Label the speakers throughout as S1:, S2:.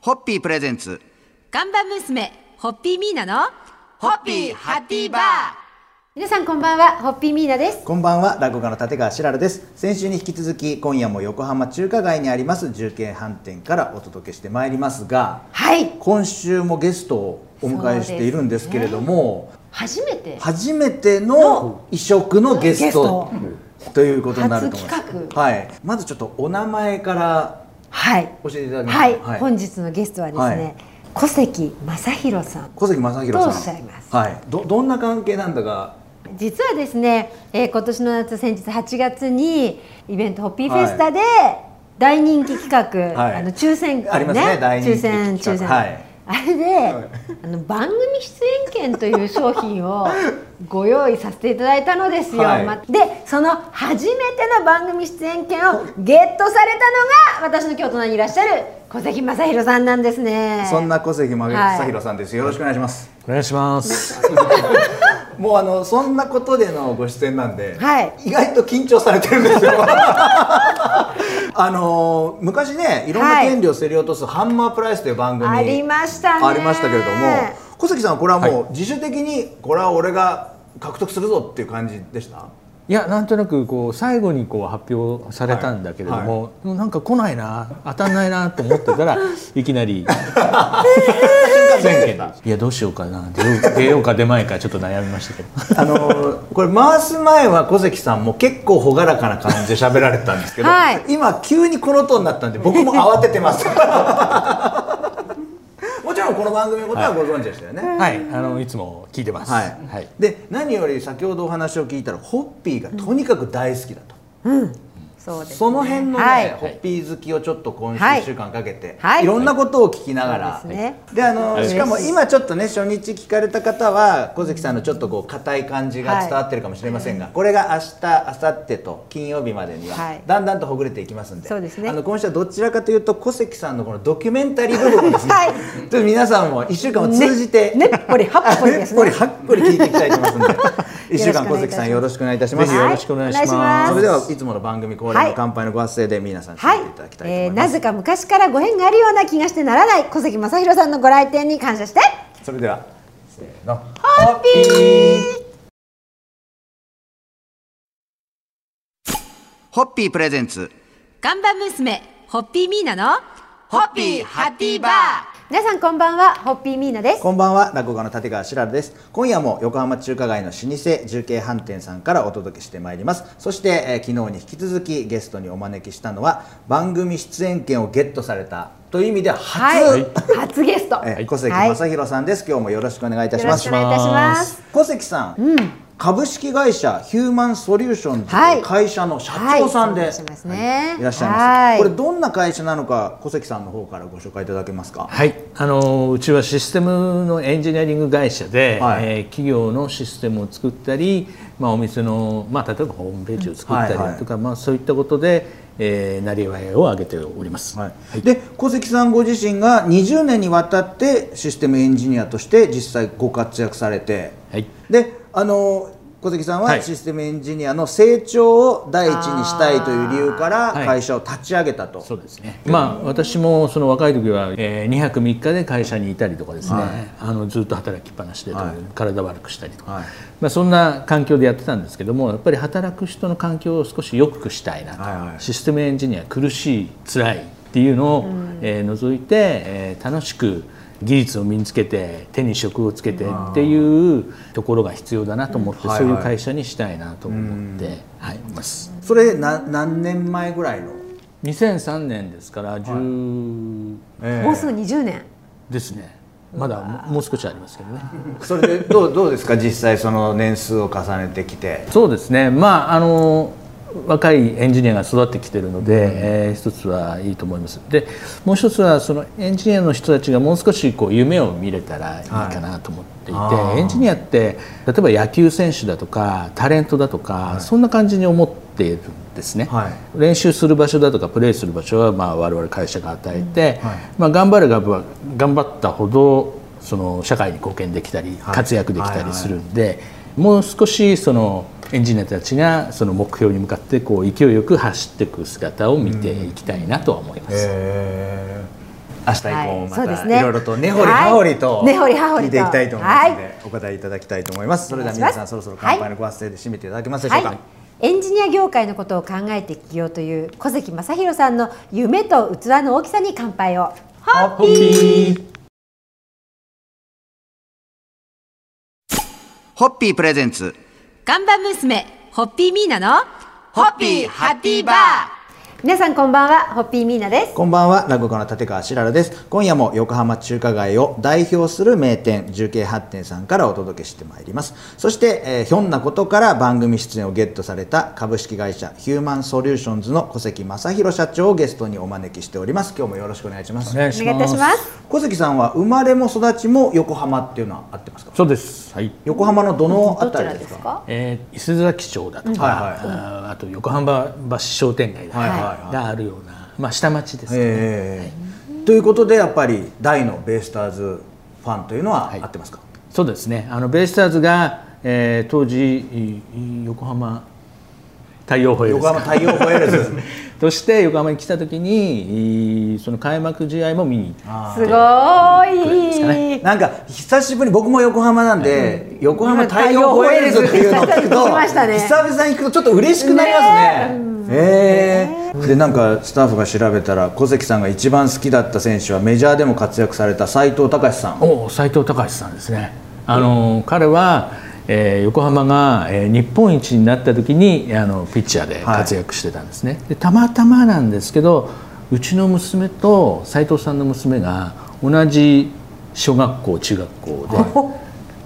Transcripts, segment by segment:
S1: ホッピープレゼンツ
S2: ガンバ娘、ホッピーミーナの、
S1: ホッピーハッピーバー
S2: 皆さんこんばんは、ホッピーミーナです。
S3: こんばんは、落語家の立川しららです。先週に引き続き、今夜も横浜中華街にあります重慶飯店からお届けしてまいりますが、
S2: はい。
S3: 今週もゲストをお迎えしているんですけれども、
S2: 初めて。
S3: 初めての異色のゲストということになると思いま
S2: 初企
S3: す。はい、まずちょっとお名前から
S2: はい。
S3: 教えていただきますか。
S2: はい、本日のゲストはですね、
S3: はい
S2: 小関正弘さん。
S3: 小関正弘さん。
S2: とおっしゃいます
S3: はい、どどんな関係なんだが、
S2: 実はですね、えー今年の夏先日8月にイベントホッピーフェスタで、大人気企画、
S3: はい
S2: あの抽選
S3: ありますね大人気
S2: 抽選
S3: 企画
S2: 抽選、
S3: はい
S2: あれで、あの番組出演券という商品 をご用意させていただいたのですよ、
S3: はい
S2: までその初めての番組出演券をゲットされたのが私の京都にいらっしゃる小関正弘さんなんですね
S3: そんな小関正弘さんです、よろしくお願いします。
S4: お願いします。
S3: もうあのそんなことでのご出演なんで、
S2: はい
S3: 意外と緊張されてる んですよ。あのー昔ねいろんな
S2: はい
S3: 権利を競り落とす「ハンマープライス」という番組
S2: ありましたね
S3: ありましたけれども小関さんはこれはもう自主的にこれは俺が獲得するぞっていう感じでした
S4: いやなんとなくこう最後にこう発表されたんだけれども、
S3: は
S4: でもなんか来ないな当たんないなと思っ てたらいきなり宣言いやどうしようかな出よう出ようか出まいかちょっと悩みましたけ ど
S3: あのーこれ回す前は小関さんも結構朗らかな感じで喋られてたんですけど、
S2: はい
S3: 今急にこのトーンになったんで僕も慌ててます もちろんこの番組のことはご存知でしたよね、
S4: はいあのいつも聞いてます。
S3: はい、
S4: はい。
S3: で何より先ほどお話を聞いたらホッピーがとにかく大好きだと、
S2: そうですね
S3: その辺のね、
S2: はい
S3: ホッピー好きをちょっと今週
S2: はい
S3: 1週間かけて、
S2: はい
S3: い、ろんなことを聞きながら、
S2: そうですね
S3: であの
S2: い
S3: しかも今ちょっとね初日聞かれた方は小関さんのちょっとこう硬い感じが伝わってるかもしれませんが、これが明日明後日と金曜日までには、
S2: はい
S3: だんだんとほぐれていきますんで
S2: そうですね
S3: あの今週はどちらかというと小関さんのこのドキュメンタリー部分を ですね、
S2: はい
S3: ちょっと皆さんも1週間を通じて、
S2: ねねっぽりはっぽり ですね
S3: ねっぽりはっぽり聞いていきたいと思いますん で1週間小関さんよろしくお願いいたします
S4: ぜひよろしくお願いします
S2: は
S3: そ
S2: お願いし
S3: れではいつもの番組恒例の乾杯のご発声で皆さん締
S2: はい
S3: めていただきたいと思
S2: え
S3: い
S2: ー
S3: ま
S2: な
S3: す、
S2: ぜか昔からご縁があるような気がしてならない小関正弘さんのご来店に感謝して
S3: それではせーの
S2: ホッピー
S1: ホッピープレゼンツ
S2: 看板娘ホッピーミーナの
S1: ホッピーハッピーバー
S2: 皆さんこんばんはホッピーミーナです
S3: こんばんは落語家の立川しららです今夜も横浜中華街の老舗重慶飯店さんからお届けしてまいりますそして、えー昨日に引き続きゲストにお招きしたのは番組出演権をゲットされたという意味では初、
S2: はい初ゲスト
S3: えー小関
S2: はい
S3: 正弘さんです、今日もよろしくお願いいたし
S2: よろ
S3: ま
S2: し
S3: す
S2: くお願いいたします
S3: 小関さん、株式会社ヒューマンソリューションズと
S2: はい
S3: いう会社の社長さんで、
S2: はいそうですね
S3: はいいらっしゃいます、
S2: はい
S3: これどんな会社なのか小関さんの方からご紹介いただけますか
S4: はい、あのうちはシステムのエンジニアリング会社で、
S3: はい
S4: えー企業のシステムを作ったり、まあ、お店の、まあ、例えばホームページを作ったりとか、
S3: はいはい
S4: まあ、そういったことで、えー、なりわいを上げております。
S3: はいで小関さんご自身が20年にわたってシステムエンジニアとして実際ご活躍されて、
S4: はい
S3: であの小関さん
S4: は
S3: はいシステムエンジニアの成長を第一にしたいという理由から
S4: あーはい
S3: 会社を立ち上げたと、
S4: そうですね。まあ私もその若い時は、えー、2泊3日で会社にいたりとかですね、
S3: はい
S4: あのずっと働きっぱなしでとか、
S3: はい
S4: 体悪くしたりとか、
S3: はい
S4: まあそんな環境でやってたんですけども、やっぱり働く人の環境を少し良くしたいなと、
S3: はいはい
S4: システムエンジニア苦しい辛いっていうのを、えー除いて、えー楽しく技術を身につけて手に職をつけてっていうところが必要だなと思って、
S3: うん
S4: そうい
S3: は
S4: う
S3: いはい
S4: 会社にしたいなと思って、はい、います。
S3: それな何年前ぐらいの、
S4: 2003年ですから10、
S2: もうすぐ20年
S4: ですねまだももう少しありますけどね
S3: それでどうどうですか実際その年数を重ねてきて
S4: そうですねまああの若いエンジニアが育ってきてるので、えー一つはいいと思いますでもう一つはそのエンジニアの人たちがもう少しこう夢を見れたらいいかなと思っていて、
S3: あー
S4: エンジニアって例えば野球選手だとかタレントだとか、そんな感じに思っているんですね、
S3: はい
S4: 練習する場所だとかプレーする場所はまあ我々会社が与えて、
S3: はい
S4: まあ、頑張れば頑張ったほどその社会に貢献できたり
S3: い
S4: 活躍できたりするんで、もう少しそのエンジニアたちがその目標に向かってこう勢いよく走っていく姿を見ていきたいなとは思います。
S3: え明日以降もま
S2: はいそうで
S3: た
S2: す
S3: い
S2: ね
S3: ろいろと根掘り葉掘りと
S2: はい根掘り葉掘り
S3: 聞い
S2: と
S3: ていきたいと思いますの
S2: は
S3: でお答えいただきたいと思いますそれでは
S2: お願
S3: 皆
S2: いし
S3: さ
S2: ま
S3: ん
S2: す
S3: そろそろ乾杯のご発声で締めていただけますでしょうか、
S2: はい、エンジニア業界のことを考えて起業という小関正弘さんの夢と器の大きさに乾杯を。
S3: ハッピー
S1: ホッピープレゼンツ
S2: 看板娘ホッピーミーナの
S1: ホッピーハッピーバー
S2: 皆さんこんばんはホッピーミーナです
S3: こんばんは、落語家の立川しららです。今夜も横浜中華街を代表する名店、重慶発展さんからお届けしてまいります。そして、えーひょんなことから番組出演をゲットされた株式会社ヒューマンソリューションズの小関正弘社長をゲストにお招きしております。今日もよろしくお願いします。
S4: お願い
S2: お
S4: し
S2: 願いいたし
S4: ま
S2: ますす
S3: 小関さんは生まれも育ちも横浜っていうのは合ってますか
S4: そうですはい
S3: 横浜のどのあ
S2: どち
S3: た
S2: ら
S3: り
S2: で
S3: です
S2: す
S3: か
S2: か
S4: えー伊勢崎町だとか、
S3: はいはい
S4: あーあと横浜橋商店街だとか
S3: はいはいはい
S4: があるような、まあ、下町ですね、
S3: ええということで、やっぱり大のベイスターズファンというのは合ってますか、
S4: そうですねあのベイスターズが、えー当時いい横浜太陽ホエールズ
S3: 横
S4: か
S3: 浜太陽ホエールズ。
S4: として横浜に来た時にいいその開幕試合も見に行った
S2: すごーい
S3: なんか久しぶりに僕も横浜なんで、横浜太陽ホエールズっていうのを聞くと
S2: 聞きましたね
S3: 久々に聞くとちょっと嬉しくなりますね。ええでなんかスタッフが調べたら小関さんが一番好きだった選手はメジャーでも活躍された斉藤隆さん。
S4: お斉藤隆さんですね。あの彼は、えー横浜が、えー日本一になった時にあのピッチャーで活躍してたんですね。でたまたまなんですけどうちの娘と斉藤さんの娘が同じ小学校中学 校で、ま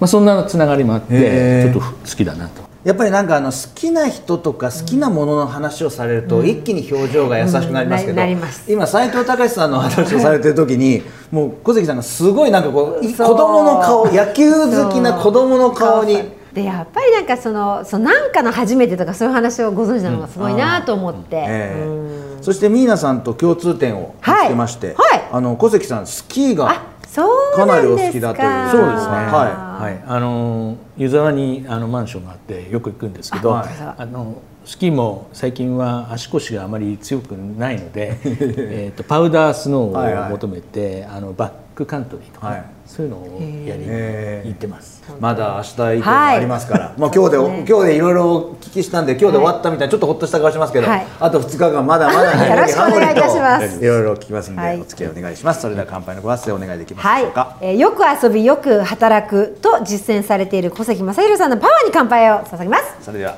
S4: あ、そんなつながりもあっ
S3: へ
S4: てちょ
S3: ー
S4: っと好きだなと。
S3: やっぱりなんかあの好きな人とか好きなものの話をされると一気に表情が優しくなりますけ
S2: うん
S3: ど
S2: ななります
S3: 今斉藤隆さんの話をされてる時にもう小関さんがすごいなんかこうい子
S2: そう
S3: 供の顔野球好きな子供の顔に
S2: でやっぱりなんかそのそのなんかの初めてとかそういう話をご存知なのがすごいなと思って、
S3: ええ
S2: うん
S3: そしてミーナさんと共通点を見つけまして、
S2: はいはい
S3: あの小関さんスキー
S2: あ
S3: が
S2: そう
S3: かな
S2: な
S3: りお
S2: ん
S3: 好
S2: で
S3: き
S2: す
S3: だという
S2: か
S3: そうですねは
S4: はい、あの湯沢にあのマンションがあってよく行くんですけど、
S3: はい
S4: あのスキーも最近は足腰があまり強くない のでえーとパウダースノ
S3: はいは
S4: ー
S3: い
S4: を求めて、あのバックカントリーとか、
S3: はい
S4: そういうのをやりに
S3: へー
S4: 行ってます。
S3: まだ明日以降も
S2: はい
S3: ありますから、まあ今日で
S2: そうですね
S3: 今日でいろいろお聞きしたんで今日で終わったみたいなちょっとほっとした顔しますけど、
S2: はい
S3: あと2日間まだまだ
S2: よろしくお願いいたします
S3: いろいろ聞きますんで、
S2: はい
S3: お付き合いお願いします。それでは乾杯のご発声お願いできますで
S2: はい
S3: しょうか。、
S2: えーよく遊びよく働くと実践されている小関正弘さんのパワーに乾杯を捧げます
S3: それでは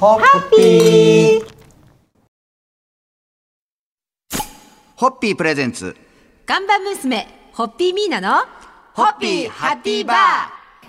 S2: ハッピー
S1: ホッピープレゼンツ
S2: 看板娘ホッピーミーナの
S1: ホッピーハッピーバー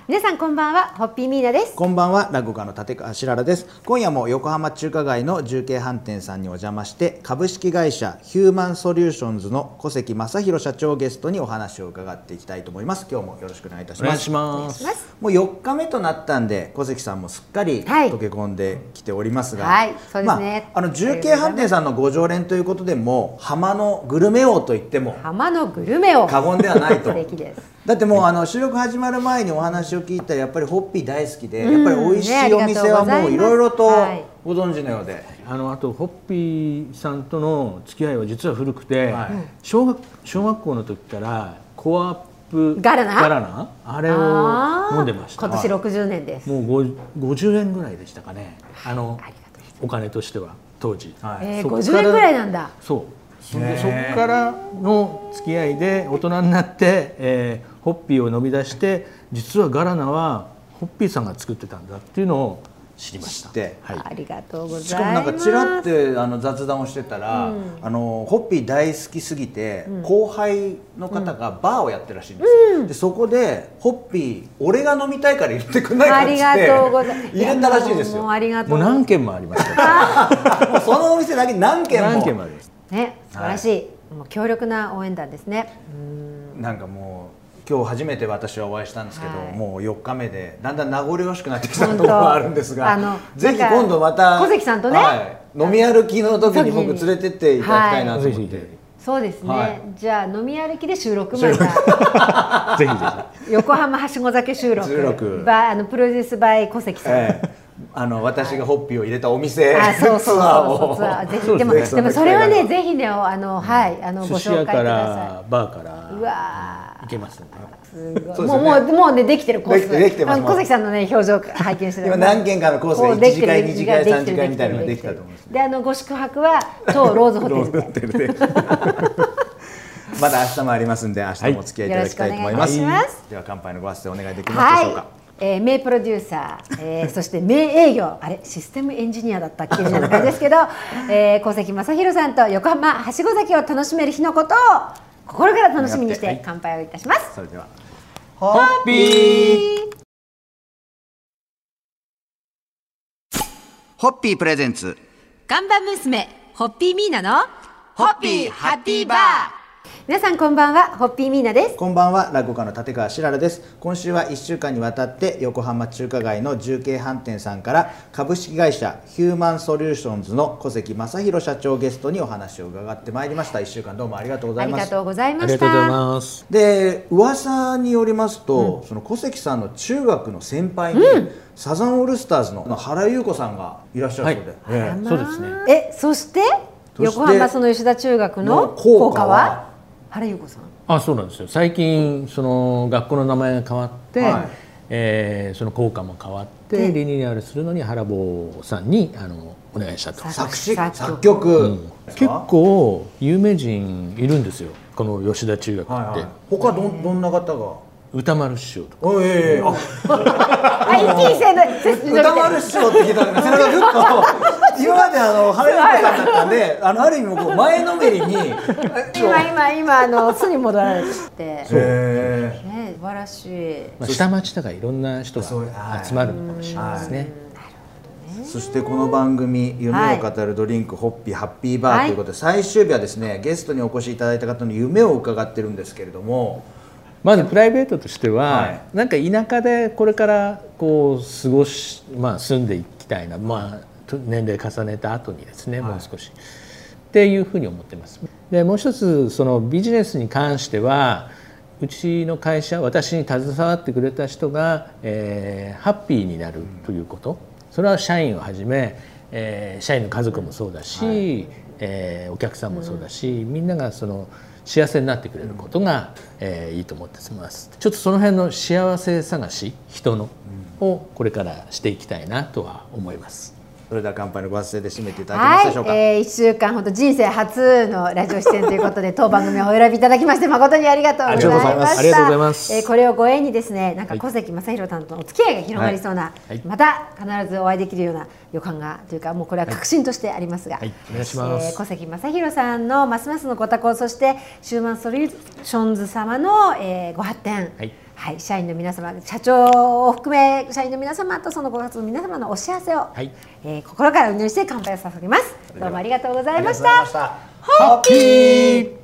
S2: 皆さんこんばんはホッピーミーナです
S3: こんばんは、落語家の立川しららです。今夜も横浜中華街の重慶飯店さんにお邪魔して、株式会社ヒューマンソリューションズの小関正弘社長をゲストにお話を伺っていきたいと思います。今日もよろしくお願いいたし
S4: お願
S3: ま
S4: いし
S3: す。
S4: ます。
S3: もう4日目となったんで小関さんもすっかり
S2: はい
S3: 溶け込んできておりますが、
S2: はいそうですね
S3: まあ、あの重慶飯店さんのご常連ということでもう浜のグルメ王といっても
S2: 浜のグルメを
S3: 過言ではないと
S2: 素敵です
S3: だってもうあの収録始まる前にお話を聞いたらやっぱりホッピー大好きで、やっぱり美味し
S2: ねあ
S3: い
S2: り
S3: お
S2: がとうござ
S3: 店
S2: い
S3: は
S2: ます
S3: もういろいろと
S2: はい
S3: ご存知のようで、
S4: あのあとホッピーさんとの付き合いは実は古くて、
S3: はいうん
S4: 小学小学校の時からコアアップ
S2: ガラナ
S4: あれ
S2: あ
S4: を
S2: ー
S4: 飲んでました
S2: 今年60年です、
S4: もうご50円ぐらいでしたかねあのお金としては当時、
S3: はい
S2: えー、
S4: そっから
S2: 50年くらいなんだ
S4: そうそん
S3: へ
S4: で
S3: ー
S4: そこからの付き合いで大人になって、えーホッピーを飲み出して実はガラナはホッピーさんが作ってたんだっていうのを知りまし
S3: 知
S4: た
S3: って
S4: はい、
S2: ありがとうございます
S3: しかもなんかちらってあの雑談をしてたら、あのホッピー大好きすぎて、後輩の方がバーをやってるらしいんですよ、でそこで「ホッピー俺が飲みたいから言ってくんないか」
S2: あ
S3: っつ
S2: り
S3: っ
S2: が
S3: て
S2: とうございます
S3: 入れたら しいです
S2: や
S3: よ
S2: もう
S3: も
S2: ありがと
S4: も
S2: う
S4: う
S2: ございます
S4: 何件もありまし た
S3: うそのお店だけ何軒も
S4: 何件もありました
S2: ね素晴らしい、もう強力な応援団ですねうん
S3: なんかもう今日初めて私はお会いしたんですけど、
S2: はい
S3: もう4日目でだんだん名残惜しくなってきた
S2: 本当
S3: ところはあるんです
S2: あ
S3: が
S2: の
S3: ぜひ
S2: なんか
S3: 今度また
S2: 小関さんとね
S3: はい飲み歩きの時に僕
S2: 時
S3: 連
S2: に
S3: れてっていただきたいなと思って、
S4: はいぜひぜ
S2: そうですね、
S3: はい
S2: じゃあ飲み歩きで収録まで
S4: ぜひぜひ
S2: 横浜はしご酒収録
S3: 収録
S2: ばあのプロデュースバイ小関さん、
S3: ええあの私がホッピーを入れたお店
S2: あ、そうそうそう
S3: ツアーを
S2: そう。ツアーぜひでも
S3: そうですね
S2: でもそれは
S3: 機会があ
S2: ね
S3: れば
S2: ぜひねあのはいあのご
S4: 寿司
S2: 紹介
S4: 屋
S2: くだ
S4: か
S2: さ
S4: らバーか
S2: い。う
S4: ら
S2: わ
S4: 行けますんで
S2: ーすごい。
S3: そうです
S2: も
S3: よ
S2: う
S3: ね
S2: もうもうねできてるコース。
S3: できてできてます
S2: あの
S3: もう
S2: 小関さんのね表情拝見してたら
S3: 今何軒かのコースが
S2: こうできてる
S3: 1次会2
S2: でき
S3: 次会
S2: てる
S3: 3次会みたいなのができた
S2: る
S3: と思うんですね
S2: であのご宿泊は当ローズホテルで。
S3: テルでまだ明日もありますんで明日もお付き合いいただきたいと思います,、
S2: はいよろしくお願いしま
S3: では乾杯のご発声お願いできますでしょうか、
S2: はい。えー、名プロデューサー、え ー、そして名営業あれシステムエンジニアだったっけみたいな感じです けど、えー、小関正弘さんと横浜はしご酒を楽しめる日のことを心から楽しみにし
S3: 願ってて
S2: 乾杯をいたします。
S3: それでは
S4: ホッピー
S1: ホッピープレゼンツ
S2: ガンバ娘ホッピーミーナの
S1: ホッピーハッピーバー
S2: 皆さんこんばんはホッピーミーナです
S3: こんばんは落語家の立川しららです今週は1週間にわたって横浜中華街の重慶飯店さんから株式会社ヒューマンソリューションズの小関正弘社長をゲストにお話を伺ってまいりました1週間どうもありがとうござ
S2: あ
S3: い
S2: り
S3: ま
S2: が
S3: す
S2: とうござい
S4: あ
S2: ま
S4: り
S2: し
S4: がとうござい
S2: た
S4: ます
S3: で噂によりますと、その小関さんの中学の先輩に、サザンオールスターズの原優子さんがいらっしゃるそうで、ええ
S4: そうですね
S2: えそして
S3: そして
S2: 横浜その吉田中学の
S3: の校
S2: 校
S3: 歌
S2: 歌
S3: は
S2: は原優子さん
S4: あそうなんですよ最近その学校の名前が変わって、
S3: はい
S4: えーその校歌も変わっ
S2: で
S4: てリニューアルするのに原坊さんにあのお願いしたと
S2: さ
S3: 作詞
S2: 作曲
S3: 作曲、です
S4: 結
S3: か
S4: 構有名人いるんですよこの吉田中学って、
S3: はいはい、他どんどんな方が
S4: 歌丸師匠とか
S3: おいえいえいえあ
S2: あ一期生の説明じゃな
S3: 歌
S2: くて
S3: 丸師匠って聞いたんでそれがずっと今まであの原由子さんだったんであのある意味こう前のめりに
S2: 今今今あの巣に戻られてて、
S3: へ
S2: ね、素晴らしい
S4: まあ、下町だからいろんな人が
S3: そうはい
S4: 集まるのかもしれないですね。
S3: ーそしてこの番組「夢を語るドリンク、ホッピーハッピーバー」ということで、最終日はですねゲストにお越しいただいた方の夢を伺ってるんですけれども
S4: まずプライベートとしては、
S3: は
S4: なんか田舎でこれからこう過ごし、まあ、住んでいきたいな、まあ、と年齢重ねた後にですね、もう少しっていうふうに思ってます。でもう一つそのビジネスに関してはうちの会社私に携わってくれた人が、えーハッピーになるということ、それは社員をはじめ、えー社員の家族もそうだし、えーお客さんもそうだし、みんながその幸せになってくれることが、えーいいと思ってますちょっとその辺の幸せ探し人の、をこれからしていきたいなとは思います。
S3: それでは乾杯のご発声で締めていただけま
S2: はい、
S3: すでしょうか、
S2: えー、1週間、本当人生初のラジオ出演という ことで、当番組をお選びいただきまして、誠にありがとうございました。
S4: ありがとうございます
S2: えーこれをご縁にですね、なんか
S4: はい
S2: 小関正弘さんとのお付き合いが広がりそうな、
S4: はい
S2: また必ずお会いできるような予感がというか、もうこれは確信としてありますが、
S4: はいお願いします
S2: えー小関正弘さんのますますのご多幸、そしてシューマンソリューションズ様の、えーご発展。
S4: はい
S2: はい、社員の皆様、社長を含め社員の皆様とそのご活動の皆様のお幸せを、
S4: はい
S2: えー心からお祈りして乾杯を捧げます。どうもありがとうございました
S3: ありがとうございま。した
S2: ホッピー